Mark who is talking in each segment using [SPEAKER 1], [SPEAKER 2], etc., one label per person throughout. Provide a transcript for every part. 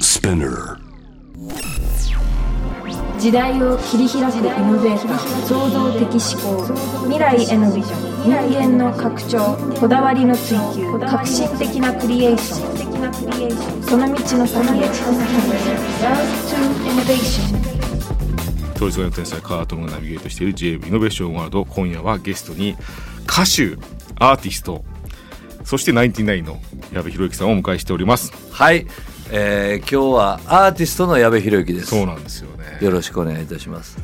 [SPEAKER 1] Spinner.
[SPEAKER 2] 時代を切り開くイノベーター創造的思考未来へのビジョン人間の拡張こだわりの追求革新的なクリエーションその道の先へ Love to Innovation
[SPEAKER 3] 統一の天才カートムがナビゲートしている JM イノベーションワールド今夜はゲストに歌手アーティストそしてナインティナインの矢部宏之さんをお迎えしております
[SPEAKER 4] はい、えー、今日はアーティストの矢部宏之です
[SPEAKER 3] そうなんですよね
[SPEAKER 4] よろしくお願いいたします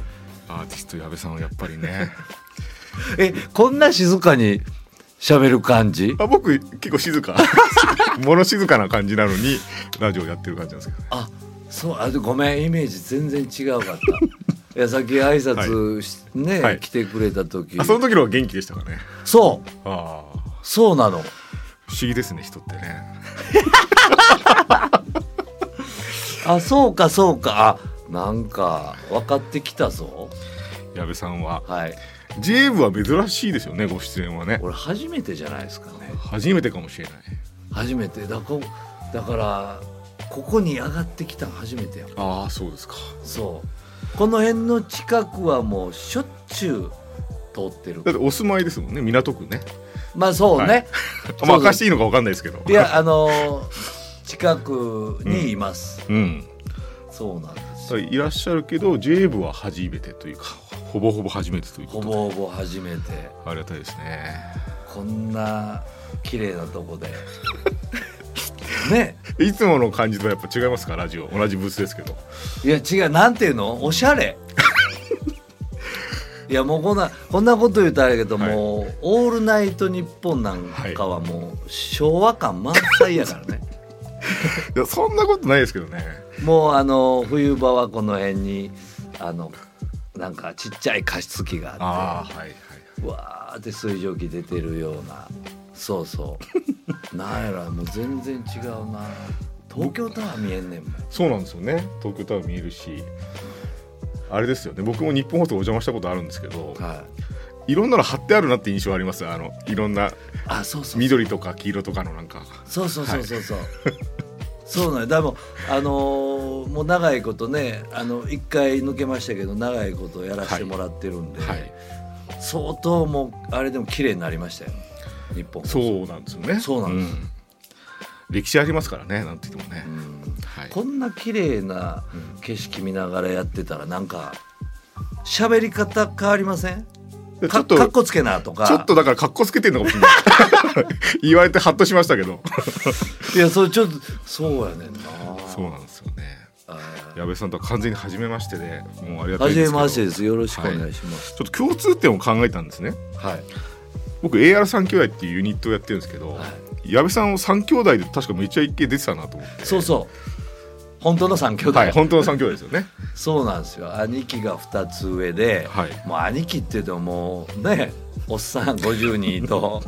[SPEAKER 3] アーティスト矢部さんはやっぱりね
[SPEAKER 4] えこんな静かに喋る感 じ
[SPEAKER 3] あ僕結構静か 物静かな感じなのにラジオやってる感じなんですけどね
[SPEAKER 4] あそうあごめんイメージ全然違うかった いやさっき挨拶し、ね、
[SPEAKER 3] はい
[SPEAKER 4] 来てくれた時
[SPEAKER 3] あその時の方が元気でしたかね
[SPEAKER 4] そう
[SPEAKER 3] ああ
[SPEAKER 4] そうな
[SPEAKER 3] 不
[SPEAKER 4] の
[SPEAKER 3] 思議ですね人ってね
[SPEAKER 4] あそうかそうかあなんか分かってきたぞ
[SPEAKER 3] 矢部さんは
[SPEAKER 4] はい
[SPEAKER 3] JM は珍しいですよねご出演はね
[SPEAKER 4] 俺初めてじゃないですかね
[SPEAKER 3] 初めてかもしれない
[SPEAKER 4] 初めてだこだからここに上がってきたの初めてやもん
[SPEAKER 3] ああそうですか
[SPEAKER 4] そうこの辺の近くはもうしょっちゅう通ってる
[SPEAKER 3] だってお住まいですもんね港区ね
[SPEAKER 4] まあそうね、
[SPEAKER 3] はいあまあ
[SPEAKER 4] そうそう
[SPEAKER 3] 明かしていいのかわかんないですけど
[SPEAKER 4] いやあのー近くにいます、
[SPEAKER 3] うん
[SPEAKER 4] そうなんです
[SPEAKER 3] だから
[SPEAKER 4] よ
[SPEAKER 3] いらっしゃるけど J 部は初めてというかほぼほぼ初めてというこ
[SPEAKER 4] ほ
[SPEAKER 3] とで
[SPEAKER 4] ぼほぼ初めて
[SPEAKER 3] ありがたいですね
[SPEAKER 4] こんな綺麗なと こでね
[SPEAKER 3] いつもの感じとはやっぱ違いますかラジオ同じブースですけど
[SPEAKER 4] いや違うなんていうのおしゃれいやもうこんなこんなこと言うとあれやけど、
[SPEAKER 3] はい
[SPEAKER 4] もう「オールナイトニッポン」なんかはもう昭和感満載やからね
[SPEAKER 3] いやそんなことないですけどね
[SPEAKER 4] もうあの冬場はこの辺にあのなんかちっちゃい加湿器があ
[SPEAKER 3] ああはいはい
[SPEAKER 4] ってわーって水蒸気出てるようなそうそ うなんやらもう全然違うな東京タワー見えんねんもん
[SPEAKER 3] そうなんですよね東京タワー見えるしあれですよね僕も日本放送お邪魔したことあるんですけど、
[SPEAKER 4] はい
[SPEAKER 3] い、ろんなの貼ってあるなって印象ありますあのいろんな
[SPEAKER 4] あそうそうそう
[SPEAKER 3] 緑とか黄色とかのなんか
[SPEAKER 4] そうそうそうそうそう。 そうなんよ。でもあのーもう長いことねあの一回抜けましたけど長いことやらせてもらってるんで、
[SPEAKER 3] はい
[SPEAKER 4] 相当もうあれでも綺麗になりましたよ。日本。
[SPEAKER 3] そうなんですよね
[SPEAKER 4] そうなんです
[SPEAKER 3] 歴史ありますからねなんて言ってもね、
[SPEAKER 4] うん
[SPEAKER 3] はい
[SPEAKER 4] こんな綺麗な景色見ながらやってたらなんか喋り方変わりません？
[SPEAKER 3] でちょ
[SPEAKER 4] か
[SPEAKER 3] っと
[SPEAKER 4] かっこつけなとか。
[SPEAKER 3] ちょっとだから格好つけてんのかもしれない 言われてハッとしましたけど
[SPEAKER 4] いやそれちょっとそうやねんな。
[SPEAKER 3] そうなんですよね
[SPEAKER 4] あー
[SPEAKER 3] 矢部さんとは完全に初めましてでもうありがたい
[SPEAKER 4] 初
[SPEAKER 3] ですけ
[SPEAKER 4] め
[SPEAKER 3] ど
[SPEAKER 4] ましてです。よろしくお願いします。
[SPEAKER 3] ちょっと共通点を考えたんですね
[SPEAKER 4] はい。
[SPEAKER 3] 僕 AR3 兄弟っていうユニットをやってるんですけど、
[SPEAKER 4] は
[SPEAKER 3] 矢部さんを3兄弟で確かめちゃイケ出てたなと思って
[SPEAKER 4] そうそう。本当の三兄弟。
[SPEAKER 3] はい本当の3兄弟ですよね
[SPEAKER 4] そうなんですよ。兄貴が二つ上で、
[SPEAKER 3] はい
[SPEAKER 4] もう兄貴って言うともうね、おっさん五十 人と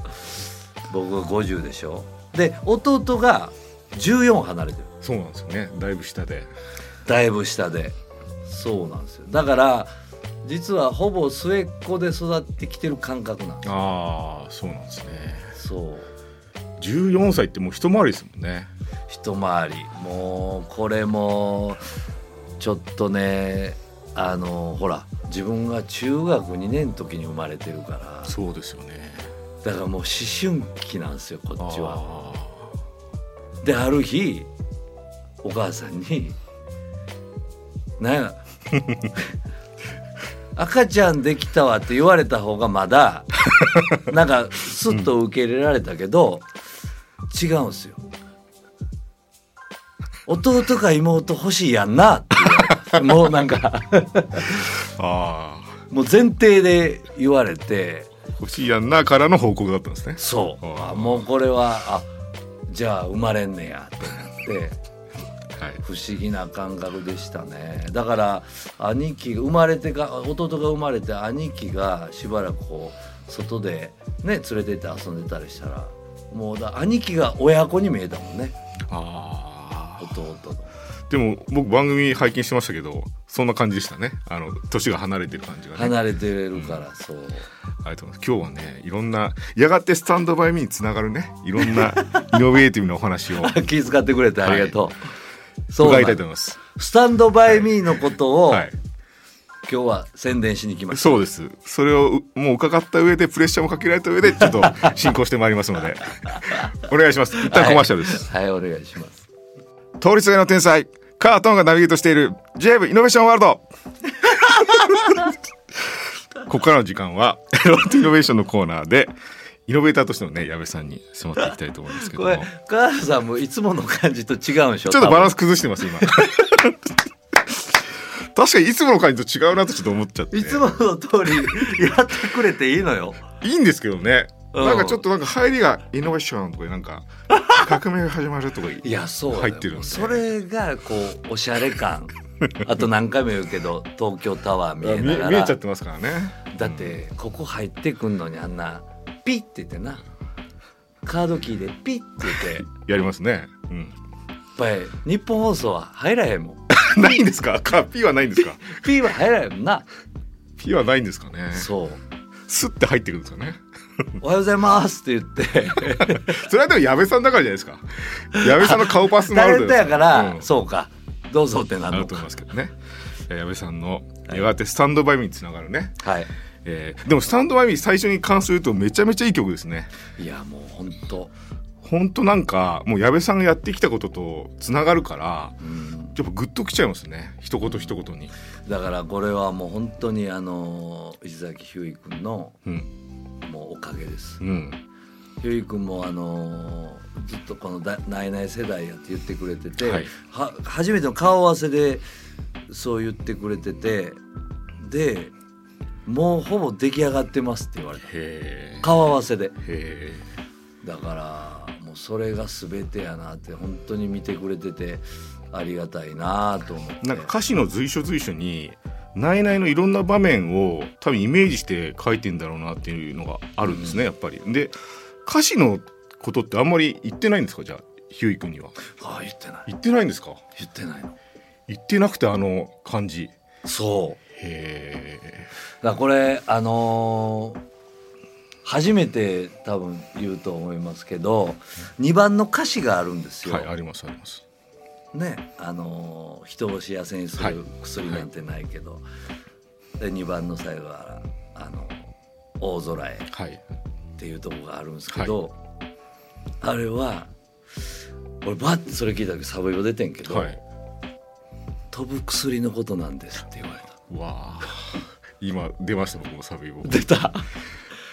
[SPEAKER 4] 僕が五十でしょ。で弟が十四離れてる。
[SPEAKER 3] そうなんですよねだいぶ下で
[SPEAKER 4] だいぶ下で。そうなんですよ。だから実はほぼ末っ子で育ってきてる感覚なんで
[SPEAKER 3] ああそうなんですね
[SPEAKER 4] す。そう。
[SPEAKER 3] 14歳ってもう一回りですもんね
[SPEAKER 4] 一回りもうこれもちょっとねあのほら自分が中学2年の時に生まれてるから
[SPEAKER 3] そうですよね
[SPEAKER 4] だからもう思春期なんですよこっちは。
[SPEAKER 3] あ
[SPEAKER 4] である日お母さんに「なんや 赤ちゃんできたわ」って言われた方がま だなんかスッと受け入れられたけど、違うんですよ。弟か妹欲しいやんなって言われもうなんか
[SPEAKER 3] ーあー
[SPEAKER 4] もう前提で言われて
[SPEAKER 3] 欲しいやんなからの報告だったんですね
[SPEAKER 4] そう
[SPEAKER 3] あー
[SPEAKER 4] あもうこれはあじゃあ生まれんねやと思って。
[SPEAKER 3] はい
[SPEAKER 4] 不思議な感覚でしたねだから兄貴が生まれてか弟が生まれて兄貴がしばらくこう外でね連れてって遊んでたりしたらもうだ兄貴が親子に見えたもんね
[SPEAKER 3] ああ
[SPEAKER 4] 弟の
[SPEAKER 3] でも僕番組拝見してましたけどそんな感じでしたねあの年が離れてる感じがね
[SPEAKER 4] 離れてるからそう
[SPEAKER 3] ありがとうございます今日はねいろんなやがてスタン ドバイミーにつながるねいろんなイノベーティブなお話を
[SPEAKER 4] 気遣ってくれてありがとう、そうな
[SPEAKER 3] 伺い
[SPEAKER 4] ん
[SPEAKER 3] たい
[SPEAKER 4] で
[SPEAKER 3] と
[SPEAKER 4] す
[SPEAKER 3] 思います。
[SPEAKER 4] スタンドバイミーのことを、
[SPEAKER 3] はい。
[SPEAKER 4] 今日は宣伝しに来ました
[SPEAKER 3] そうです。それをうもう伺った上でプレッシャーもかけられた上でちょっと進行してまいりますの でお願いします。一旦コマーシャルです。
[SPEAKER 4] はい、はいお願いします
[SPEAKER 3] 通りすがりの天才カートンがナビゲートしている j ブイノベーションワール ドここからの時間はロットイノベーションのコーナーでイノベーターとしてのね矢部さんに迫っていきたいと思うんですけど
[SPEAKER 4] こ
[SPEAKER 3] も
[SPEAKER 4] れ
[SPEAKER 3] ち
[SPEAKER 4] 川原さんもいつもの感じと違うんでし
[SPEAKER 3] ょ
[SPEAKER 4] ょ
[SPEAKER 3] っとバラン
[SPEAKER 4] ス
[SPEAKER 3] ス崩して ます今確かにいつもの感じと違うなとちょっと思っちゃって
[SPEAKER 4] いつもの通 りやってくれていいのよ
[SPEAKER 3] いいんですけどね、
[SPEAKER 4] うん
[SPEAKER 3] なんかちょっとなんか入りがイノベーションとかなんか革命が始まるとか
[SPEAKER 4] いやそうだよ
[SPEAKER 3] 入ってるんで
[SPEAKER 4] それがこうおしゃれ 感あと何回も言うけど東京タワー見え
[SPEAKER 3] 見
[SPEAKER 4] なが
[SPEAKER 3] 見え
[SPEAKER 4] ら
[SPEAKER 3] ちゃってますからね
[SPEAKER 4] だってここ入ってくんのにあんなピッて言ってなカードキーでピッて言ってやっ
[SPEAKER 3] やりますね、うん、
[SPEAKER 4] ぱり日本放送は入らへんもん
[SPEAKER 3] ないんですかか P はないんですか
[SPEAKER 4] ピーは入らへんもんな
[SPEAKER 3] P はないんですかね
[SPEAKER 4] そう
[SPEAKER 3] スッて入ってくるんですよね
[SPEAKER 4] 「おはようございます」って 言って
[SPEAKER 3] それはでも矢部さんだからじゃないですか矢部さんの顔パスもあ
[SPEAKER 4] タ
[SPEAKER 3] る
[SPEAKER 4] レントやから、
[SPEAKER 3] うん
[SPEAKER 4] そうかどうぞってな
[SPEAKER 3] あ
[SPEAKER 4] る
[SPEAKER 3] る
[SPEAKER 4] の
[SPEAKER 3] と思い
[SPEAKER 4] か
[SPEAKER 3] ますけどねいや矢部さんのやがてスタンドバイミーにつながるね、
[SPEAKER 4] はい
[SPEAKER 3] えーでもスタンドバイミー最初に関するとめちゃめちゃいい曲ですね
[SPEAKER 4] いやもうほんと、
[SPEAKER 3] ほんとなんかもう矢部さんがやってきたこととつながるから
[SPEAKER 4] うん
[SPEAKER 3] やっぱグッときちゃいますね一言一言に、
[SPEAKER 4] だからこれはもう本当にあの石崎ひゅーい君の
[SPEAKER 3] うん
[SPEAKER 4] もうおかげです
[SPEAKER 3] うん、
[SPEAKER 4] ひゅーい君もあのずっとこのだ「ないない世代や」って言ってくれてて、
[SPEAKER 3] はい
[SPEAKER 4] は初めての顔合わせでそう言ってくれててでもうほぼ出来上がってますって言われた
[SPEAKER 3] へ
[SPEAKER 4] 顔合わせで
[SPEAKER 3] えへ
[SPEAKER 4] だからもうそれが全てやなって本当に見てくれててありがたいなと思って
[SPEAKER 3] えんか歌詞の随所随所にナイナイのいろんな場面を多分イメージして書いてんだろうなっていうのがあるんですね、やっぱりで歌詞のことってあんまり言ってないんですかじゃあひゅーい君には
[SPEAKER 4] ああ言ってない
[SPEAKER 3] 言ってないんですか
[SPEAKER 4] 言ってないの
[SPEAKER 3] 言ってなくてあの感じ
[SPEAKER 4] そう
[SPEAKER 3] へえ
[SPEAKER 4] だからこれあのー初めて多分言うと思いますけど2番の歌詞があるんですよ、
[SPEAKER 3] はいありますあります
[SPEAKER 4] ねあのー人を幸せにす
[SPEAKER 3] はい
[SPEAKER 4] る薬なんてないけど、で2番の最後はあの大空へ」
[SPEAKER 3] はい
[SPEAKER 4] っていうとこがあるんですけど、あれは俺バッてそれ聞いた時サブ用出てんけど、
[SPEAKER 3] はい
[SPEAKER 4] 飛ぶ薬のことなんです」って言われた
[SPEAKER 3] わあ 今出ました僕もサビを
[SPEAKER 4] 出た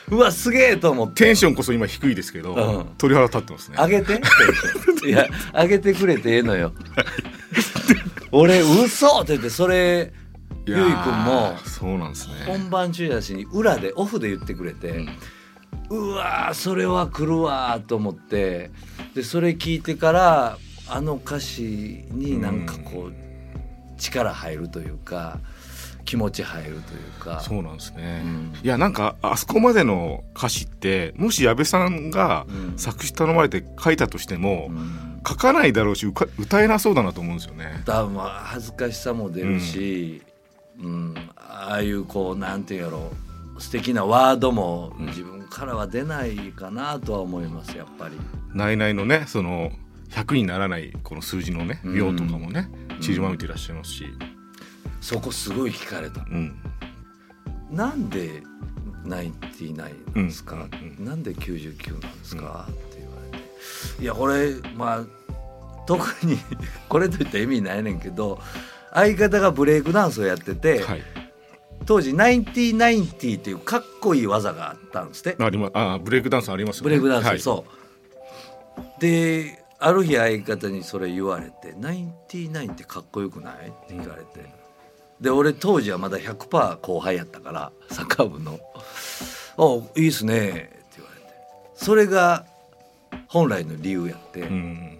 [SPEAKER 4] うわすげえと思って
[SPEAKER 3] テンションこそ今低いですけど、
[SPEAKER 4] うん
[SPEAKER 3] 鳥肌立ってますね
[SPEAKER 4] あげてって言 っていやあげてくれてええのよ 俺嘘って言ってそれゆい
[SPEAKER 3] や
[SPEAKER 4] くん
[SPEAKER 3] ー
[SPEAKER 4] も
[SPEAKER 3] そうなんですね
[SPEAKER 4] 本番中やしに裏でオフで言ってくれて、うわーそれは来るわーと思ってでそれ聞いてからあの歌詞になんかこう力入るというか気持ち入るというか
[SPEAKER 3] そうなんですね、
[SPEAKER 4] うん
[SPEAKER 3] いやなんかあそこまでの歌詞ってもし矢部さんが
[SPEAKER 4] うん
[SPEAKER 3] 作詞頼まれて書いたとしても、
[SPEAKER 4] うん
[SPEAKER 3] 書かないだろうしうか歌えなそうだなと思うんですよね
[SPEAKER 4] 多分恥ずかしさも出るし、うんああいうこうなんていうやろう素敵なワードも自分からは出ないかなとは思いますやっぱり。
[SPEAKER 3] 内々のねその100にならないこの数字のね
[SPEAKER 4] うん
[SPEAKER 3] 秒とかもねちりばめていらっしゃいますし、
[SPEAKER 4] そこすごい聞かれた
[SPEAKER 3] うん、
[SPEAKER 4] なんでナインティナインなんですか、
[SPEAKER 3] うんう
[SPEAKER 4] なんで99なんですか、って言われていやこれまあ特に これといった意味ないねんけど相方がブレイクダンスをやってて、
[SPEAKER 3] はい
[SPEAKER 4] 当時ナインティナインティっていうかっこいい技があったんですって
[SPEAKER 3] ありまあブレイクダンスありますよ
[SPEAKER 4] ブ
[SPEAKER 3] ね
[SPEAKER 4] レイクダンス、
[SPEAKER 3] はい、
[SPEAKER 4] そうである日相方にそれ言われて「ナインティナインってかっこよくない?」って聞かれて、で俺当時はまだ100%後輩やったからサッカー部の「あいいっすね」って言われてそれが本来の理由やって、
[SPEAKER 3] うん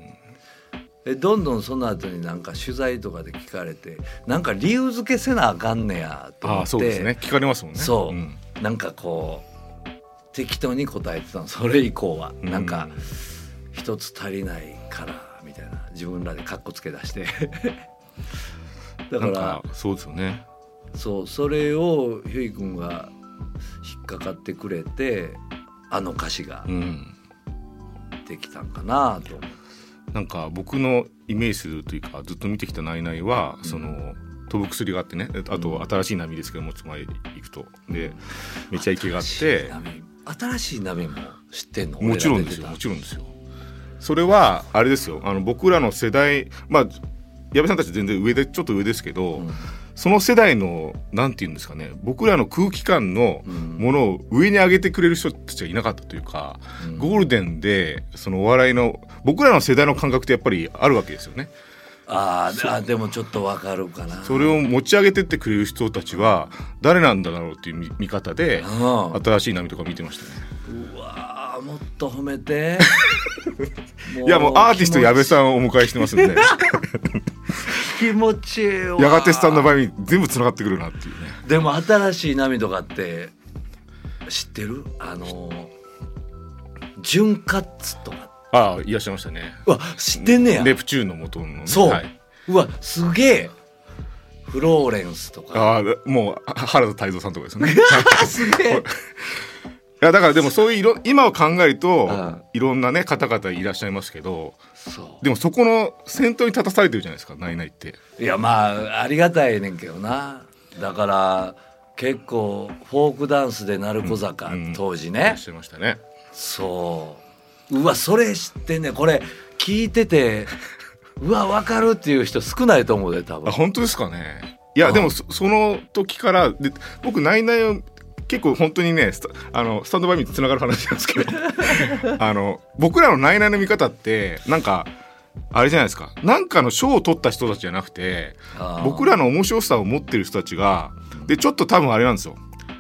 [SPEAKER 4] でどんどんその後になんか取材とかで聞かれてなんか理由付けせなあかんねやと思って
[SPEAKER 3] ああそうですね聞かれますもんね
[SPEAKER 4] そう、
[SPEAKER 3] ん
[SPEAKER 4] なんかこう適当に答えてたのそれ以降は、
[SPEAKER 3] うん
[SPEAKER 4] なんか一つ足りないからみたいな自分らでカッコつけ出して だか
[SPEAKER 3] な
[SPEAKER 4] ら
[SPEAKER 3] んかそうですよね
[SPEAKER 4] そうそれをひゅーいくんが引っかかってくれてあの歌詞が
[SPEAKER 3] うん
[SPEAKER 4] できたんかなと思う、
[SPEAKER 3] なんか僕のイメージするというかずっと見てきた「ナイナイは」その飛ぶ薬があってねあと新しい波ですけどもち前行くとでめちゃイケがあっ
[SPEAKER 4] 新しい
[SPEAKER 3] て
[SPEAKER 4] 波新しい波も知ってんの
[SPEAKER 3] もちろんですよもちろんですよそれはあれですよあの僕らの世代まあ矢部さんたち全然上でちょっと上ですけど、
[SPEAKER 4] ろん
[SPEAKER 3] その世代のなんて言うんですかね僕らの空気感の
[SPEAKER 4] うん
[SPEAKER 3] ものを上に上げてくれる人たちはいなかったというか、ゴールデンでそのお笑いの僕らの世代の感覚ってやっぱりあるわけですよね。
[SPEAKER 4] あーあでもちょっとわかるかな
[SPEAKER 3] それを持ち上げてってくれる人たちは誰なんだろうっていう見見方で
[SPEAKER 4] うん
[SPEAKER 3] 新しい波とか見てましたね。
[SPEAKER 4] うわーもっと褒めて
[SPEAKER 3] いやもうアーティスト矢部さ
[SPEAKER 4] ん
[SPEAKER 3] んをお迎えしてますん で
[SPEAKER 4] 気持ちいいわ
[SPEAKER 3] やがてスタンドバイに全部つながってくるなっていうね。
[SPEAKER 4] でも新しい波とかって知ってるあの潤滑とか
[SPEAKER 3] ああいらっしゃいましたね。
[SPEAKER 4] うわ知ってんねや
[SPEAKER 3] レプチューンの元のね、
[SPEAKER 4] そう、
[SPEAKER 3] はい、
[SPEAKER 4] うわすげえフローレンスと
[SPEAKER 3] あ
[SPEAKER 4] か
[SPEAKER 3] あもう原田泰造さんとかですね。
[SPEAKER 4] すげ
[SPEAKER 3] い
[SPEAKER 4] え
[SPEAKER 3] やだからでもそういういろ今を考えると、
[SPEAKER 4] うん
[SPEAKER 3] いろんなね方々いらっしゃいますけど
[SPEAKER 4] そう
[SPEAKER 3] でもそこの先頭に立たされてるじゃないですかないないって
[SPEAKER 4] いやまあありがたいねんけどなだから結構フォークダンスで鳴子坂、
[SPEAKER 3] うん
[SPEAKER 4] 当時
[SPEAKER 3] いら
[SPEAKER 4] ね
[SPEAKER 3] っしゃいましたね
[SPEAKER 4] そううわそれ知ってんねんこれ聞いててうわ分かるっていう人少ないと思うで多
[SPEAKER 3] あ
[SPEAKER 4] 分
[SPEAKER 3] 本当ですかねいやでもそその時からで僕ないないを結構本当にねスタあのスタンドバイミーとつながる話なんですけど あの僕らのないないの見方ってなんかあれじゃないですかなんかの賞を取った人たちじゃなくて
[SPEAKER 4] あー
[SPEAKER 3] 僕らの面白さを持ってる人たちがでちょっと多分あれなんですよ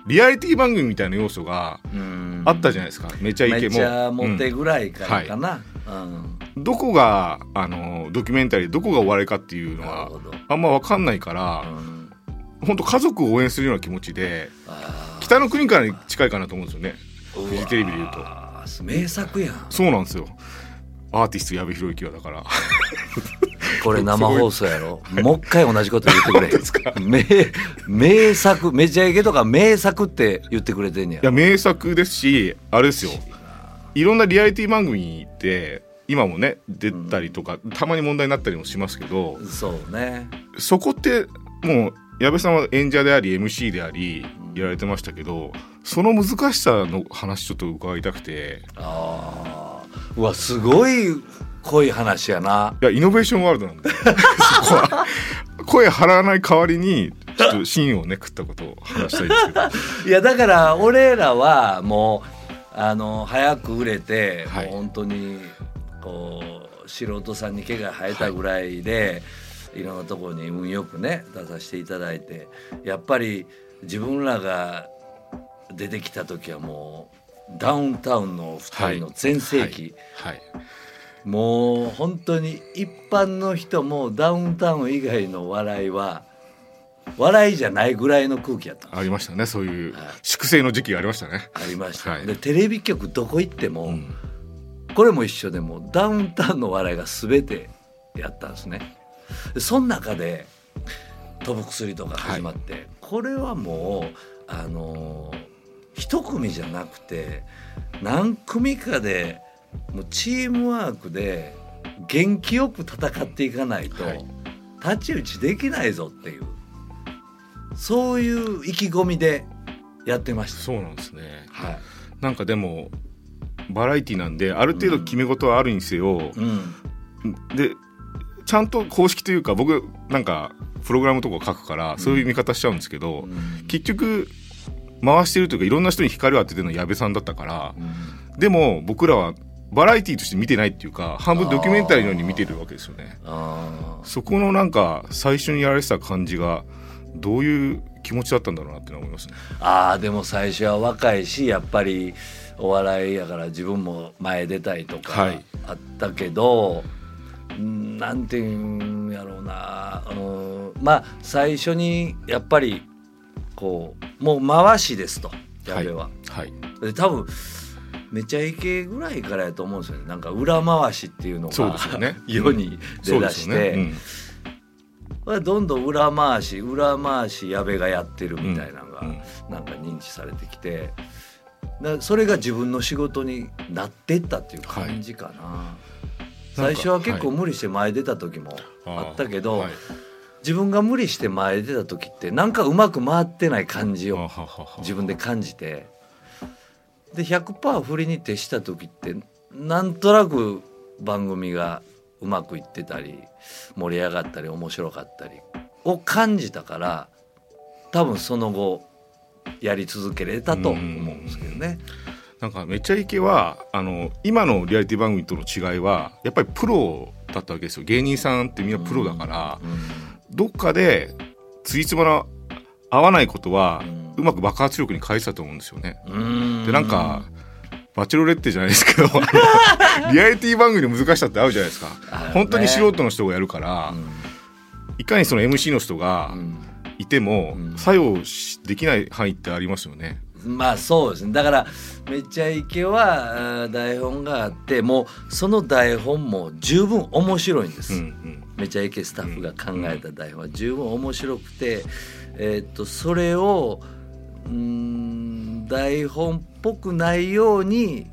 [SPEAKER 3] リアリティ番組みたいな要素が
[SPEAKER 4] うん
[SPEAKER 3] あったじゃないですか、めちゃイケも
[SPEAKER 4] めっちゃモテ
[SPEAKER 3] う
[SPEAKER 4] ぐらいからかな、うん
[SPEAKER 3] んどこがあのドキュメンタリーでどこがお笑いかっていうの
[SPEAKER 4] なる
[SPEAKER 3] は
[SPEAKER 4] ほど、
[SPEAKER 3] あんま分かんないか
[SPEAKER 4] う
[SPEAKER 3] ら、
[SPEAKER 4] ん、
[SPEAKER 3] 本当家族を応援するような気持ちで
[SPEAKER 4] あー
[SPEAKER 3] 北の国からに近いかなと思うんですよね
[SPEAKER 4] うわ
[SPEAKER 3] フジテレビで言うと
[SPEAKER 4] 名作やん
[SPEAKER 3] そうなんですよアーティスト矢部浩之はだから
[SPEAKER 4] これ生放送やろもう一回同じこと言 って
[SPEAKER 3] すか
[SPEAKER 4] くれ名名作めちゃイケとか名作って言ってくれてんね
[SPEAKER 3] いや
[SPEAKER 4] や
[SPEAKER 3] 名作ですしあれですよいろんなリアリティ番組って今もね出たりとか、たまに問題になったりもしますけど
[SPEAKER 4] そうね
[SPEAKER 3] そこってもう矢部さんは演者であり MC でありやられてましたけどその難しさの話ちょっと伺いたくて
[SPEAKER 4] あーうわすごい濃い話やない
[SPEAKER 3] やイノベーションワールドなんで そこは声張らない代わりにちょっと芯をね食ったことを話したいんですけど
[SPEAKER 4] いやだから俺らはもうあの早く売れて、
[SPEAKER 3] はい
[SPEAKER 4] もう本当にこう素人さんに毛が生えたぐらいで、い、ろんなところに運よくね出させていただいてやっぱり自分らが出てきた時はもうダウンタウンの2人の全盛期、
[SPEAKER 3] はい
[SPEAKER 4] もう本当に一般の人もダウンタウン以外の笑いは笑いじゃないぐらいの空気やったんですよ
[SPEAKER 3] ありましたねそういう
[SPEAKER 4] はい
[SPEAKER 3] 粛清の時期がありましたね
[SPEAKER 4] ありました、
[SPEAKER 3] はい
[SPEAKER 4] でテレビ局どこ行っても、
[SPEAKER 3] ん
[SPEAKER 4] これも一緒でもうダウンタウンの笑いが全てやったんですねでその中で飛ぶ薬とか始まって、これはもうあのー一組じゃなくて何組かでもうチームワークで元気よく戦っていかないと
[SPEAKER 3] はい
[SPEAKER 4] 太刀打ちできないぞっていうそういう意気込みでやってました。
[SPEAKER 3] そうなんですね
[SPEAKER 4] はい
[SPEAKER 3] なんかでもバラエティなんである程度決め事はあるにせよ、
[SPEAKER 4] うん、
[SPEAKER 3] でちゃんと公式というか僕なんかプログラムとか書くからそういう見方しちゃうんですけど、結局回してるというかいろんな人に光を当ててるのは矢部さんだったからでも僕らはバラエティとして見てないっていうか半分ドキュメンタリーのように見てるわけですよね。
[SPEAKER 4] あ
[SPEAKER 3] そこのなんか最初にやられてた感じがどういう気持ちだったんだろうなってのは思いますね。
[SPEAKER 4] ーあーでも最初は若いしやっぱりお笑いやから自分も前出たいと
[SPEAKER 3] は
[SPEAKER 4] か
[SPEAKER 3] い
[SPEAKER 4] あったけど、うんなんていうんやろうな、うん、まあ最初にやっぱりこうもう回しですと矢部は、
[SPEAKER 3] はい、
[SPEAKER 4] で多分めちゃイケぐらいからやと思うんですよねなんか裏回しっていうの
[SPEAKER 3] そうで
[SPEAKER 4] が
[SPEAKER 3] すよね
[SPEAKER 4] 世に
[SPEAKER 3] そ
[SPEAKER 4] 出
[SPEAKER 3] うで
[SPEAKER 4] だ
[SPEAKER 3] す
[SPEAKER 4] して。
[SPEAKER 3] よね。
[SPEAKER 4] これどんどん裏回し裏回し矢部がやってるみたいなのが、
[SPEAKER 3] うんうん
[SPEAKER 4] なんか認知されてきてだそれが自分の仕事になってったっていう感じかな、
[SPEAKER 3] う
[SPEAKER 4] 最初は結構
[SPEAKER 3] はい
[SPEAKER 4] 無理して前出た時もあったけど、
[SPEAKER 3] はい
[SPEAKER 4] 自分が無理して前出た時ってなんかうまく回ってない感じ
[SPEAKER 3] あは
[SPEAKER 4] を
[SPEAKER 3] はは
[SPEAKER 4] 自分で感じてで100%振りに徹した時ってなんとなく番組がうまくいってたり盛り上がったり面白かったりを感じたから多分その後やり続けれたと思うんですけどね。
[SPEAKER 3] なんかめちゃイケはあの今のリアリティ番組との違いはやっぱりプロだったわけですよ芸人さんってみんなプロだから、どっかでついつまの合わないことはうまく爆発力に返したと思うんですよね。で
[SPEAKER 4] で
[SPEAKER 3] なんかバチェロレッテじゃないです けどあのリアリティ番組の難しさってあるじゃないですか、
[SPEAKER 4] あるね
[SPEAKER 3] 本当に素人の人がやるから、いかにその MC の人がいても
[SPEAKER 4] うん
[SPEAKER 3] 作用しできない範囲ってありますよね。
[SPEAKER 4] まあそうですねだから「めちゃイケは」あー台本があってもうその台本も十分面白いんです。
[SPEAKER 3] うんうん
[SPEAKER 4] めちゃイケスタッフが考えた台本は十分面白くて、えーっとそれをうーん台本っぽくないように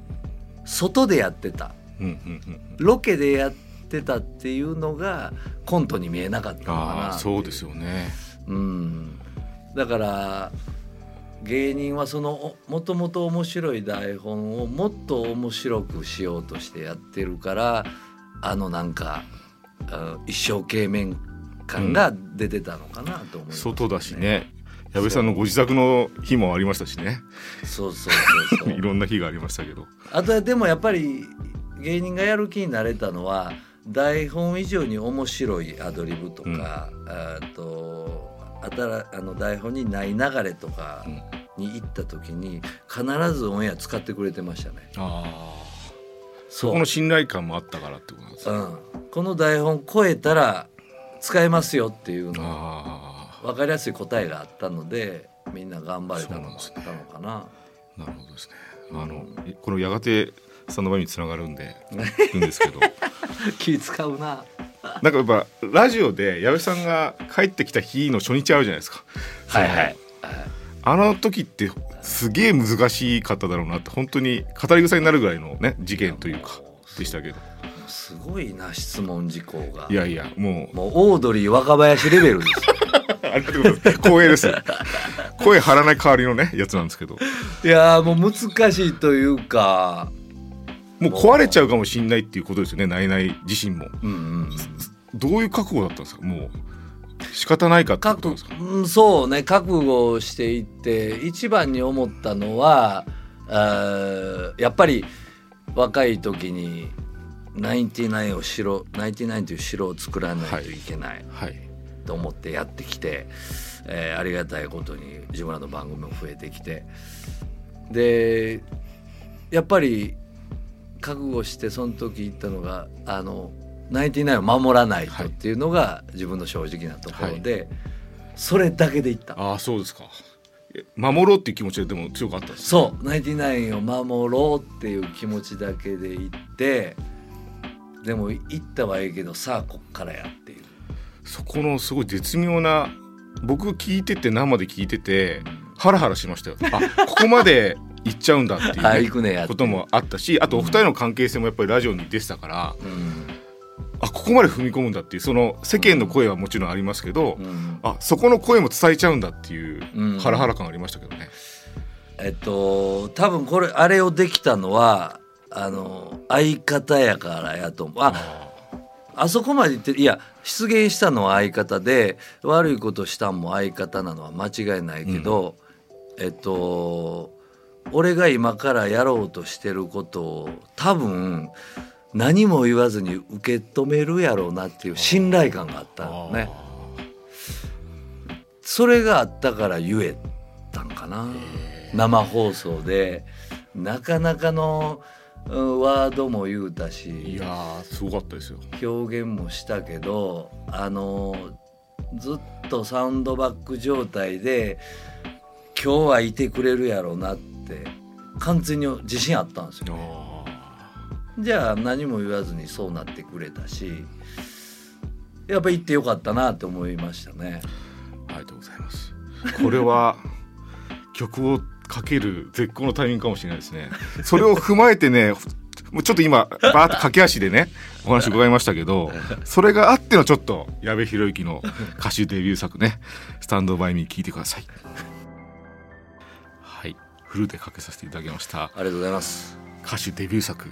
[SPEAKER 4] 外でやってた
[SPEAKER 3] うんうんうんうん
[SPEAKER 4] ロケでやってたっていうのがコントに見えなかったのかな
[SPEAKER 3] ああそうですよね。
[SPEAKER 4] うん、だから芸人はそのもともと面白い台本をもっと面白くしようとしてやってるからあのなんか、うん一生懸命感が出てたのかなと思います、
[SPEAKER 3] 外だしね矢部さんのご自宅の日もありましたしね
[SPEAKER 4] そうそうそうそう
[SPEAKER 3] いろんな日がありましたけど
[SPEAKER 4] あとはでもやっぱり芸人がやる気になれたのは台本以上に面白いアドリブとか、あとあたらあの台本にない流れとかに行った時に必ずオンエア使ってくれてましたね。
[SPEAKER 3] あ
[SPEAKER 4] そ
[SPEAKER 3] この信頼感もあったからってことなんですね
[SPEAKER 4] うん、この台本超えたら使えますよっていうの
[SPEAKER 3] あ
[SPEAKER 4] 分かりやすい答えがあったのでみんな頑張れたのもあったのかな。
[SPEAKER 3] あなるほどですねあのこのやがてさんの場合につながるんでいいんですけど
[SPEAKER 4] 気使うな。
[SPEAKER 3] なんかやっぱラジオで矢部さんが帰ってきた日の初日あるじゃないですか
[SPEAKER 4] はいはい。
[SPEAKER 3] あの時ってすげえ難しかっただろうなって本当に語り草になるぐらいのね事件というかでしたけど
[SPEAKER 4] すごいな質問事項が。
[SPEAKER 3] いやいやもう
[SPEAKER 4] もうオードリー若林レベルですよ。
[SPEAKER 3] ありがとうございます。光栄です。声張らない代わりのね、やつなんですけど。
[SPEAKER 4] いやーもう難しいというか、
[SPEAKER 3] もう壊れちゃうかもしんないっていうことですよね、ないない自身も。
[SPEAKER 4] うんうん、
[SPEAKER 3] どういう覚悟だったんですかもう、仕方ないかってことなん
[SPEAKER 4] 覚
[SPEAKER 3] ですか
[SPEAKER 4] うんそうね覚悟をしていって一番に思ったのはあーやっぱり若い時に99を城99という城を作らないといけない
[SPEAKER 3] はい。
[SPEAKER 4] と思ってやってきて、えーありがたいことに自分らの番組も増えてきてでやっぱり覚悟してその時言ったのが「あのナインティナインを守らない
[SPEAKER 3] は
[SPEAKER 4] と」
[SPEAKER 3] い
[SPEAKER 4] っていうのが自分の正直なところで、それだけで言った。
[SPEAKER 3] ああ、そうですか。え守ろうっていう気持ちででも強かったんです。
[SPEAKER 4] そうナインティナインを守ろうっていう気持ちだけで行ってでも行ったはいいけどさあこっからやっていう
[SPEAKER 3] そこのすごい絶妙な、僕聞いてて、生で聞いてて、ハラハラしま したよ。あ、ここまで行っちゃうんだってい
[SPEAKER 4] あ行
[SPEAKER 3] うね、
[SPEAKER 4] くねやって
[SPEAKER 3] こともあったし、あとお二人の関係性もやっぱりラジオに出てたから、
[SPEAKER 4] うん
[SPEAKER 3] あここまで踏み込むんだっていうその世間の声はもちろんありますけど、
[SPEAKER 4] うん
[SPEAKER 3] あそこの声も伝えちゃうんだっていう
[SPEAKER 4] うん
[SPEAKER 3] ハラハラ感ありましたけどね、
[SPEAKER 4] えっと多分これあれをできたのはあの相方やからやと思うあ
[SPEAKER 3] あ
[SPEAKER 4] あそこまで言っていや出現したのは相方で悪いことしたんも相方なのは間違いないけど、えっと俺が今からやろうとしてることを多分何も言わずに受け止めるやろうなっていう信頼感があったのねそれがあったから言えたんかな生放送でなかなかのうんワードも言うた
[SPEAKER 3] い
[SPEAKER 4] し
[SPEAKER 3] やーすごかったですよ
[SPEAKER 4] 表現もしたけどあのずっとサウンドバック状態で今日はいてくれるやろうなって完全に自信あったんですよね。じゃあ何も言わずにそうなってくれたしやっぱ行ってよかったなって思いましたね。
[SPEAKER 3] ありがとうございますこれは曲をかける絶好のタイミングかもしれないですねそれを踏まえてねふもうちょっと今バーッと駆け足でねお話伺いましたけどそれがあってのちょっと矢部宏之の歌手デビュー作ね「スタンドバイミー」聞いてくださいはいフルでかけさせていただきました
[SPEAKER 4] ありがとうございます
[SPEAKER 3] 歌手デビュー作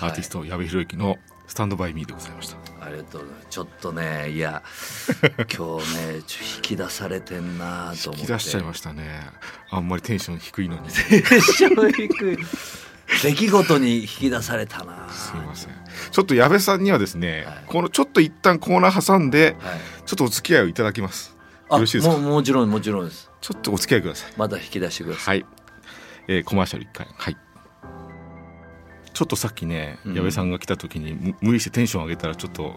[SPEAKER 3] アーティスト矢部宏之の「スタンドバイミー」でございました
[SPEAKER 4] ありがとうございますちょっとね いや今日ねちょ引き出されてんなと
[SPEAKER 3] 引
[SPEAKER 4] 思
[SPEAKER 3] き
[SPEAKER 4] って
[SPEAKER 3] 出しちゃいましたねあんまりテンション低いのにす
[SPEAKER 4] テンシ ョン低い出来事に引き出されたなす
[SPEAKER 3] いませんちょっと矢部さんにはですね、
[SPEAKER 4] はい
[SPEAKER 3] このちょっと一旦コーナー挟んで
[SPEAKER 4] はい
[SPEAKER 3] ちょっとお付き合いをいただきます
[SPEAKER 4] あ
[SPEAKER 3] よろしいですか
[SPEAKER 4] もうもちろんもちろんです
[SPEAKER 3] ちょっとお付き合いください
[SPEAKER 4] また引き出してください
[SPEAKER 3] はい、えーコマーシャル1回はいちょっとさっきね
[SPEAKER 4] うん
[SPEAKER 3] 矢部さんが来た時に、む無理してテンション上げたらちょっと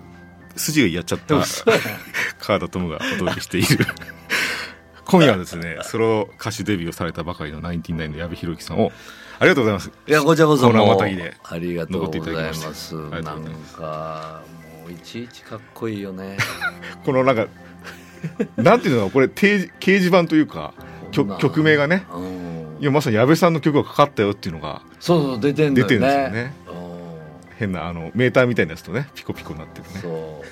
[SPEAKER 3] 筋がやっちゃった
[SPEAKER 4] 嘘や
[SPEAKER 3] 川田友がお届けしている 今夜はです ねソロ歌手デビューをされたばかりのナインティナインの矢部宏之さんをありがとうございます
[SPEAKER 4] いやこちらこそ
[SPEAKER 3] コーナー
[SPEAKER 4] も
[SPEAKER 3] ま
[SPEAKER 4] う
[SPEAKER 3] たぎで
[SPEAKER 4] ありがとうございます
[SPEAKER 3] 登っていただきましてありが
[SPEAKER 4] な
[SPEAKER 3] とうござい
[SPEAKER 4] んかもういちいちかっこいいよね
[SPEAKER 3] このなんかなんていうのかなこれ提示掲示板というか
[SPEAKER 4] こんな
[SPEAKER 3] 曲曲名がね
[SPEAKER 4] うん
[SPEAKER 3] いやまさに矢部さんの曲がかかったよっていうのが
[SPEAKER 4] そうそう出てんだよ
[SPEAKER 3] 出てん
[SPEAKER 4] ね
[SPEAKER 3] ですよね
[SPEAKER 4] う
[SPEAKER 3] 変なあのメーターみたいなやつとねピコピコになってるね
[SPEAKER 4] んそ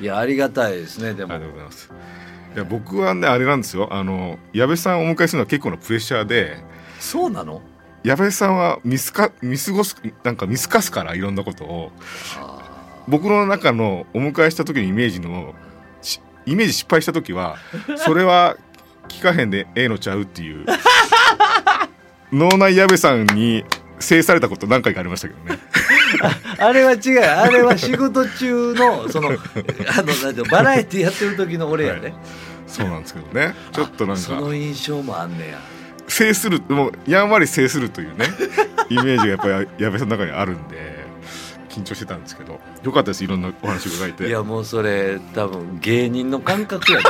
[SPEAKER 4] ういやありがたいですねで
[SPEAKER 3] あ
[SPEAKER 4] も
[SPEAKER 3] りがとうございます。いや僕はねあれなんですよあの矢部さんをお迎えするのは結構なプレッシャーで
[SPEAKER 4] そうなの
[SPEAKER 3] 矢部さんは見すか見過ごすなんか見透かすからいろんなことを
[SPEAKER 4] あ
[SPEAKER 3] 僕の中のお迎えした時のイメージのしイメージ失敗した時はそれは聞かへんでええのちゃうっていう脳内矢部さんに制されたこと何回かありましたけどね。
[SPEAKER 4] ーあれは違うあれは仕事中のそのあのなんていうのバラエティやってる時の俺やね、
[SPEAKER 3] そうなんですけどねちょっとなん
[SPEAKER 4] そ
[SPEAKER 3] か
[SPEAKER 4] の印象もあんねや
[SPEAKER 3] 制するもうやんわり制するというねイメージがやっぱり矢部さんの中にあるんで緊張してたんですけどよかったですいろんなお話伺え
[SPEAKER 4] い
[SPEAKER 3] て
[SPEAKER 4] やもうそれ多分芸人の感覚やね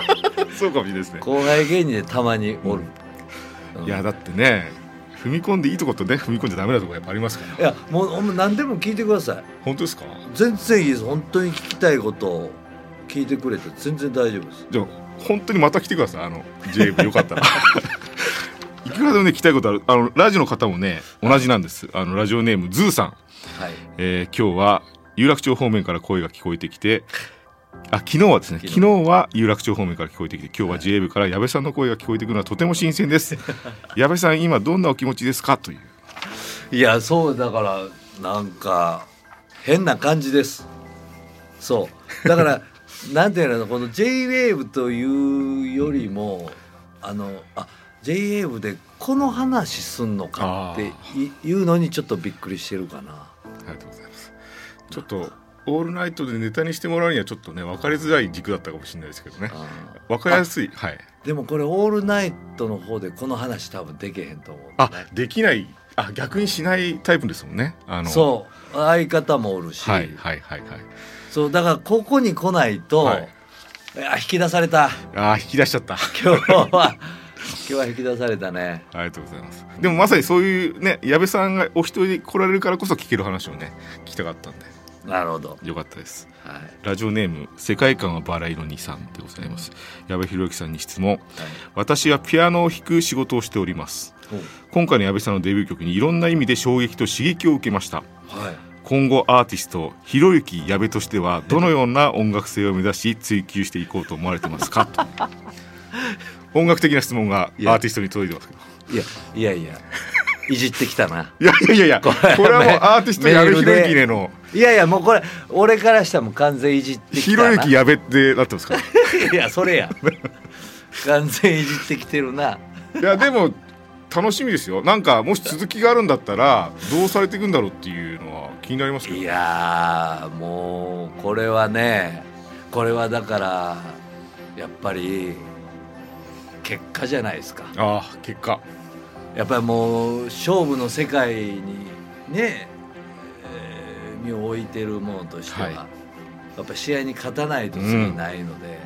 [SPEAKER 3] そうかもしれないですね
[SPEAKER 4] 後輩芸人でたまにおる、うん
[SPEAKER 3] いやだってね踏み込んでいいとことね踏み込んじゃダメなとこやっぱありますから
[SPEAKER 4] いやもうほんま何でも聞いてください
[SPEAKER 3] 本当ですか
[SPEAKER 4] 全然いいです本当に聞きたいことを聞いてくれて全然大丈夫です
[SPEAKER 3] じゃあ本当にまた来てくださいあの j f よかった らいくらでもね聞きたいことあるあのラジオの方もね同じなんですあのラジオネームズーさん
[SPEAKER 4] はい
[SPEAKER 3] えー今日は有楽町方面から声が聞こえてきてあ昨日はですね
[SPEAKER 4] 昨
[SPEAKER 3] 昨
[SPEAKER 4] 日
[SPEAKER 3] 日は有楽町方面から聞こえてきて今日は JA 部から矢部さんの声が聞こえてくるのはとても新鮮です矢部さん今どんなお気持ちですかという
[SPEAKER 4] いやそうだからなんか変な感じですそうだから なんていうのこの JWAVE というよりもあのあ JWAVE でこの話すんのかっていいうのにちょっとびっくりしてるかな
[SPEAKER 3] ありがとうございますちょっとオールナイトでネタにしてもらうにはちょっとね分かりづらい軸だったかもしれないですけどね
[SPEAKER 4] あー
[SPEAKER 3] 分かりやすいはい
[SPEAKER 4] でもこれ「オールナイト」の方でこの話多分できへんと思う、ね、
[SPEAKER 3] あできないあ逆にしないタイプですもんねあの
[SPEAKER 4] そう相方もおるし、
[SPEAKER 3] はいはいはいはい
[SPEAKER 4] そうだからここに来ないと、
[SPEAKER 3] はい
[SPEAKER 4] いや引き出された
[SPEAKER 3] あー引き出しちゃった
[SPEAKER 4] 今日は今日は引き出されたね
[SPEAKER 3] ありがとうございます。でもまさにそういうね、矢部さんがお一人で来られるからこそ聞ける話をね、聞きたかったんで、
[SPEAKER 4] なるほど、
[SPEAKER 3] よかったです。
[SPEAKER 4] はいはい
[SPEAKER 3] ラジオネーム、世界観はバラ色にさんでございます。矢部宏之さんに質問。私はピアノを弾く仕事をしております。今回の矢部さんのデビュー曲にいろんな意味で衝撃と刺激を受けました。
[SPEAKER 4] はい、
[SPEAKER 3] 今後アーティスト、ひろゆき矢部としては、どのような音楽性を目指し追求していこうと思われてますか と音楽的な質問がアーティストに届いてますけど。
[SPEAKER 4] いやいやいやいじってきたない
[SPEAKER 3] やいやいやいや、これはもうアーティスト
[SPEAKER 4] メ
[SPEAKER 3] 矢
[SPEAKER 4] ー
[SPEAKER 3] 部
[SPEAKER 4] ルで
[SPEAKER 3] 宏之ねの、
[SPEAKER 4] いやいやもうこれ俺からしたらもう完全いじってき
[SPEAKER 3] ひ
[SPEAKER 4] た
[SPEAKER 3] ろ
[SPEAKER 4] な
[SPEAKER 3] ゆき矢部ってなってますから。い
[SPEAKER 4] いやそれ や完全いじってきてるな
[SPEAKER 3] や、でも、楽しみですよ。なんか、もし続きがあるんだったら、どうされていくんだろうっていうのは気になりますけど。
[SPEAKER 4] いやーもうこれはねこれはだからやっぱり結果じゃないですか
[SPEAKER 3] ああ、結果。
[SPEAKER 4] やっぱりもう勝負の世界にね、えー身を置いてるものとしては、
[SPEAKER 3] はい
[SPEAKER 4] やっぱ試合に勝たないと次ないので、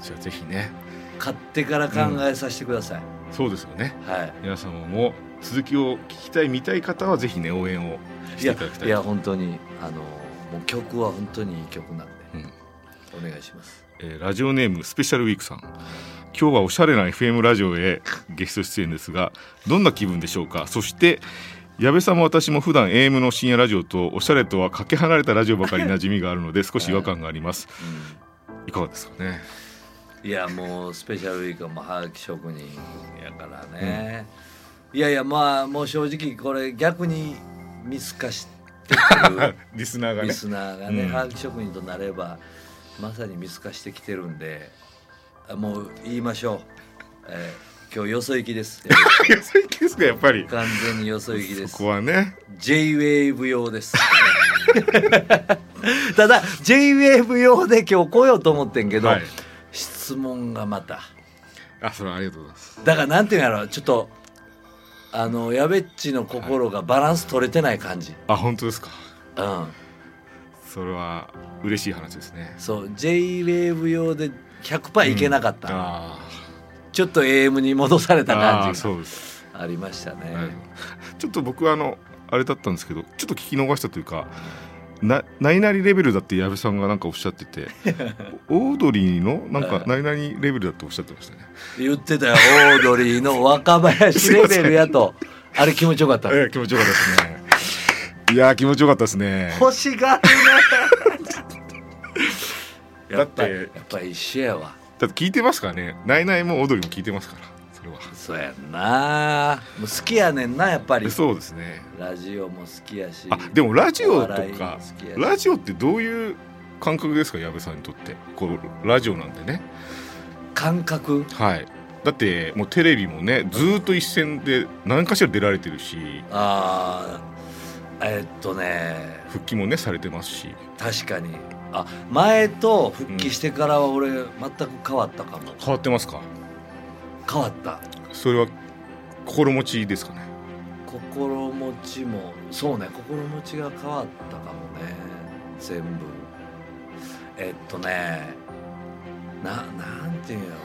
[SPEAKER 3] じゃあ、ぜひね。
[SPEAKER 4] 勝ってから考えさせてください、
[SPEAKER 3] そうですよね。
[SPEAKER 4] はい
[SPEAKER 3] 皆様も、続きを聞きたい、見たい方は、ぜひね、応援をし
[SPEAKER 4] い
[SPEAKER 3] て
[SPEAKER 4] や
[SPEAKER 3] いただきたい。
[SPEAKER 4] いや本当にあのもう曲は本当にいい曲なんで、
[SPEAKER 3] うん
[SPEAKER 4] お願いします
[SPEAKER 3] えーラジオネームスペシャルウィークさん今日はおしゃれな FM ラジオへゲスト出演ですがどんな気分でしょうかそして矢部さんも私も普段 AM の深夜ラジオとおしゃれとはかけ離れたラジオばかり馴染みがあるの で少し違和感がありますいかがですかね
[SPEAKER 4] いやもうスペシャルウィークはもうはがき職人やからね、いやいやまあもう正直これ逆に見透かしてくる
[SPEAKER 3] リスナーがね
[SPEAKER 4] リスナーがね、
[SPEAKER 3] うん
[SPEAKER 4] ハガキ職人となればまさに見透かしてきてるんであもう言いましょう、えー今日よそ行きです
[SPEAKER 3] いや最近ですかやっぱり
[SPEAKER 4] 完全によそ行きです
[SPEAKER 3] そこはね
[SPEAKER 4] J-WAVE 用です ただ J-WAVE 用で今日来ようと思ってんけど、
[SPEAKER 3] はい
[SPEAKER 4] 質問がまた
[SPEAKER 3] あそれはありがとうございます
[SPEAKER 4] だからなんていうんやろうちょっとあのやべっちの心がバランス取れてない感じ、
[SPEAKER 3] あ本当ですか
[SPEAKER 4] うん
[SPEAKER 3] それは嬉しい話ですね
[SPEAKER 4] そう J-WAVE 用で100%いけなかった、
[SPEAKER 3] あ
[SPEAKER 4] ちょっと AM に戻され
[SPEAKER 3] ー
[SPEAKER 4] た
[SPEAKER 3] あ
[SPEAKER 4] 感
[SPEAKER 3] ー
[SPEAKER 4] じが
[SPEAKER 3] そうです
[SPEAKER 4] ありましたね、
[SPEAKER 3] はいちょっと僕はあのあれだったんですけどちょっと聞き逃したというかな何々レベルだって矢部さんがなんかおっしゃって てオードリーのなんか何々レベルだっておっしゃってましたね。
[SPEAKER 4] 言ってたよオードリーの若林レベル やとあれ気持ちよかった
[SPEAKER 3] ええ気持ちよかったですね。いやー気持ちよかったですね。
[SPEAKER 4] 欲しがるね
[SPEAKER 3] だって
[SPEAKER 4] やっぱやっぱ一緒やわ
[SPEAKER 3] だって聞いてますからね。何々もオードリーも聞いてますから。それは。
[SPEAKER 4] そうやんなもう好きやねんなやっぱり
[SPEAKER 3] そうですね。
[SPEAKER 4] ラジオも好きやし
[SPEAKER 3] あでもラジ
[SPEAKER 4] お
[SPEAKER 3] オと
[SPEAKER 4] 笑いも
[SPEAKER 3] か
[SPEAKER 4] 好きやし
[SPEAKER 3] ラジオってどういう感覚ですか矢部さんにとってこうラジオなんでね。
[SPEAKER 4] 感覚
[SPEAKER 3] はい。だってもうテレビもねずーっと一線で何かしら出られてるし。
[SPEAKER 4] あーえっとね
[SPEAKER 3] 復帰もねされてますし
[SPEAKER 4] 確かにあ前と復帰してからは俺全く変わったかも
[SPEAKER 3] 変わってますか
[SPEAKER 4] 変わった
[SPEAKER 3] それは心持ちですかね
[SPEAKER 4] 心持ちもそうね心持ちが変わったかもね全部えっとねななんていうんやろ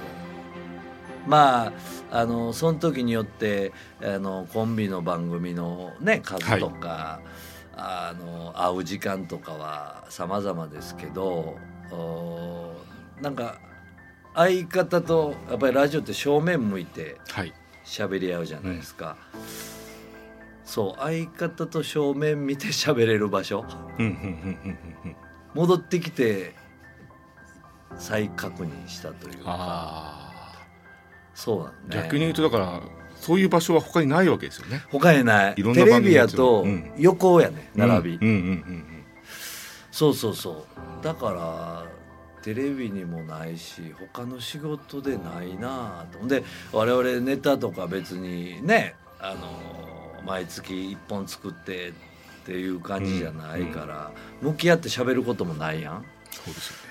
[SPEAKER 4] まああのその時によってあのコンビの番組のね数とか、あの会う時間とかは様々ですけどおなんか相方とやっぱりラジオって正面向いて
[SPEAKER 3] はい
[SPEAKER 4] 喋り合うじゃないですか、そう相方と正面見て喋れる場所
[SPEAKER 3] うんうんうんうんうんうん
[SPEAKER 4] 戻ってきて再確認したというか
[SPEAKER 3] あ
[SPEAKER 4] そうなん
[SPEAKER 3] ー
[SPEAKER 4] ね
[SPEAKER 3] 逆に言うとだからそういう場所は他にないわけですよね
[SPEAKER 4] 他にない
[SPEAKER 3] いろんな
[SPEAKER 4] テ
[SPEAKER 3] 番組
[SPEAKER 4] レビや
[SPEAKER 3] や
[SPEAKER 4] と
[SPEAKER 3] つも
[SPEAKER 4] 横やね、並び、
[SPEAKER 3] うんうんうん
[SPEAKER 4] そうそうそうだからテレビにもないし他の仕事でないなぁとで我々ネタとか別にねあの毎月1本作ってっていう感じじゃないから、向き合って喋ることもないやん
[SPEAKER 3] そうですよね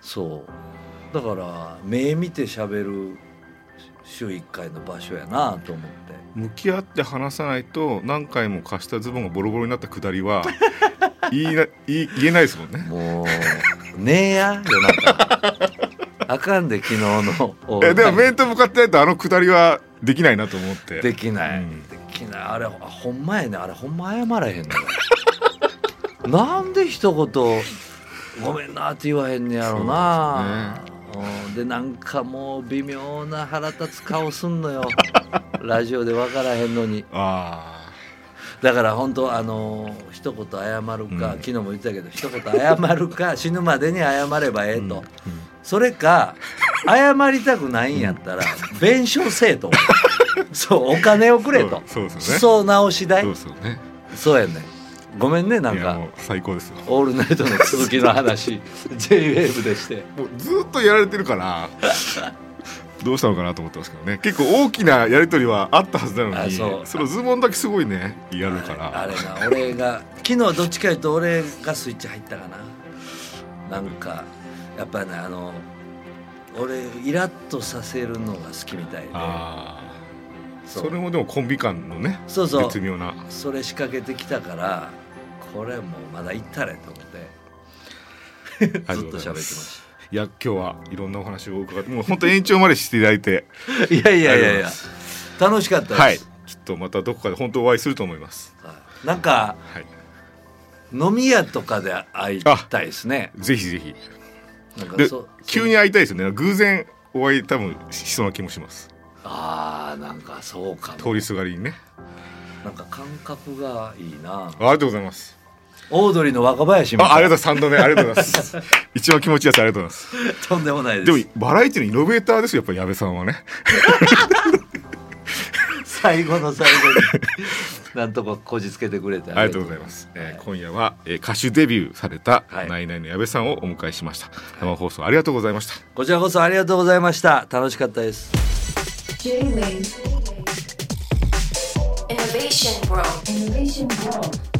[SPEAKER 4] そうだから目見て喋る週1回の場所やなぁと思って
[SPEAKER 3] 向き合って話さないと何回も貸したズボンがボロボロになったくだり は言いな言い言えないですもんね
[SPEAKER 4] もう ねえや夜中 あかんで昨日のオール
[SPEAKER 3] えでも
[SPEAKER 4] ナイト
[SPEAKER 3] 面と向かってないとあのくだりはできないなと思って
[SPEAKER 4] できない、
[SPEAKER 3] うん
[SPEAKER 4] できないあれあほんまやねあれほんま謝らへんのよ なんで一言「ごめんな」って言わへんねやろなうんで,、なんかもう微妙な腹立つ顔すんのよ ラジオで分からへんのに
[SPEAKER 3] あ
[SPEAKER 4] だから本当あのー一言謝るか、
[SPEAKER 3] うん
[SPEAKER 4] 昨日も言ってたけど一言謝るか死ぬまでに謝ればええと、
[SPEAKER 3] うんうん
[SPEAKER 4] それか謝りたくないんやったら弁償せえ とそうお金をくれと
[SPEAKER 3] そうそうですよね
[SPEAKER 4] そう直し
[SPEAKER 3] あ
[SPEAKER 4] 代
[SPEAKER 3] そうですよね
[SPEAKER 4] そうやねごめんねなん
[SPEAKER 3] いやも
[SPEAKER 4] か
[SPEAKER 3] う最高ですよ
[SPEAKER 4] オールナイトの続き の話 JWAVE でして
[SPEAKER 3] もうずっとやられてるから どうしたのかなと思ってますけどね結構大きなやり取りはあったはずなの
[SPEAKER 4] あ
[SPEAKER 3] に
[SPEAKER 4] そう
[SPEAKER 3] そのズボンだけすごいねやるから
[SPEAKER 4] あれな俺が昨日どっちかいうと俺がスイッチ入ったかななんかやっぱねあの俺イラッとさせるのが好きみたいで
[SPEAKER 3] あー
[SPEAKER 4] そ
[SPEAKER 3] そうれもでもコンビ感のね
[SPEAKER 4] そうそう
[SPEAKER 3] 絶妙な
[SPEAKER 4] それ仕掛けてきたからこれもうまだ行ったれと思って
[SPEAKER 3] ありが
[SPEAKER 4] ずっ
[SPEAKER 3] とう
[SPEAKER 4] と
[SPEAKER 3] ござい
[SPEAKER 4] 喋ってま
[SPEAKER 3] ます
[SPEAKER 4] し
[SPEAKER 3] いや今日はいろんなお話を伺ってもう本当延長までしていただいて
[SPEAKER 4] たいやいやいやい
[SPEAKER 3] ありがとうござい
[SPEAKER 4] や
[SPEAKER 3] ま
[SPEAKER 4] 楽しかったです、
[SPEAKER 3] はいきっとまたどこかで本当お会いすると思います
[SPEAKER 4] はいなんか
[SPEAKER 3] はい
[SPEAKER 4] 飲み屋とかで会いたいですね
[SPEAKER 3] ぜひぜひ
[SPEAKER 4] なんか
[SPEAKER 3] で
[SPEAKER 4] そ
[SPEAKER 3] 急に会いたいですよね偶然お会い多分しそうな気もします
[SPEAKER 4] ああなんかそうかも
[SPEAKER 3] 通りすがりにね
[SPEAKER 4] なんか感覚がいいな
[SPEAKER 3] ありがとうございます。
[SPEAKER 4] オードリーの若林みたい
[SPEAKER 3] あ、ありがとうございます。3度目、ありがとうございます。 一番気持ちいいやつ、ありがとうございます。
[SPEAKER 4] とんでもないです
[SPEAKER 3] でも、バラエティのイノベーターですよ、やっぱり矢部さんはね。
[SPEAKER 4] 最後の最後に なんとかこじつけてくれて
[SPEAKER 3] ありがとうございます。えー今夜は、えー歌手デビューされた、
[SPEAKER 4] はい
[SPEAKER 3] ナイナイの矢部さんをお迎えしました。生放送ありがとうございました。
[SPEAKER 4] こちらこそありがとうございました楽しかったです
[SPEAKER 2] J-Wave Innovation World Innovation World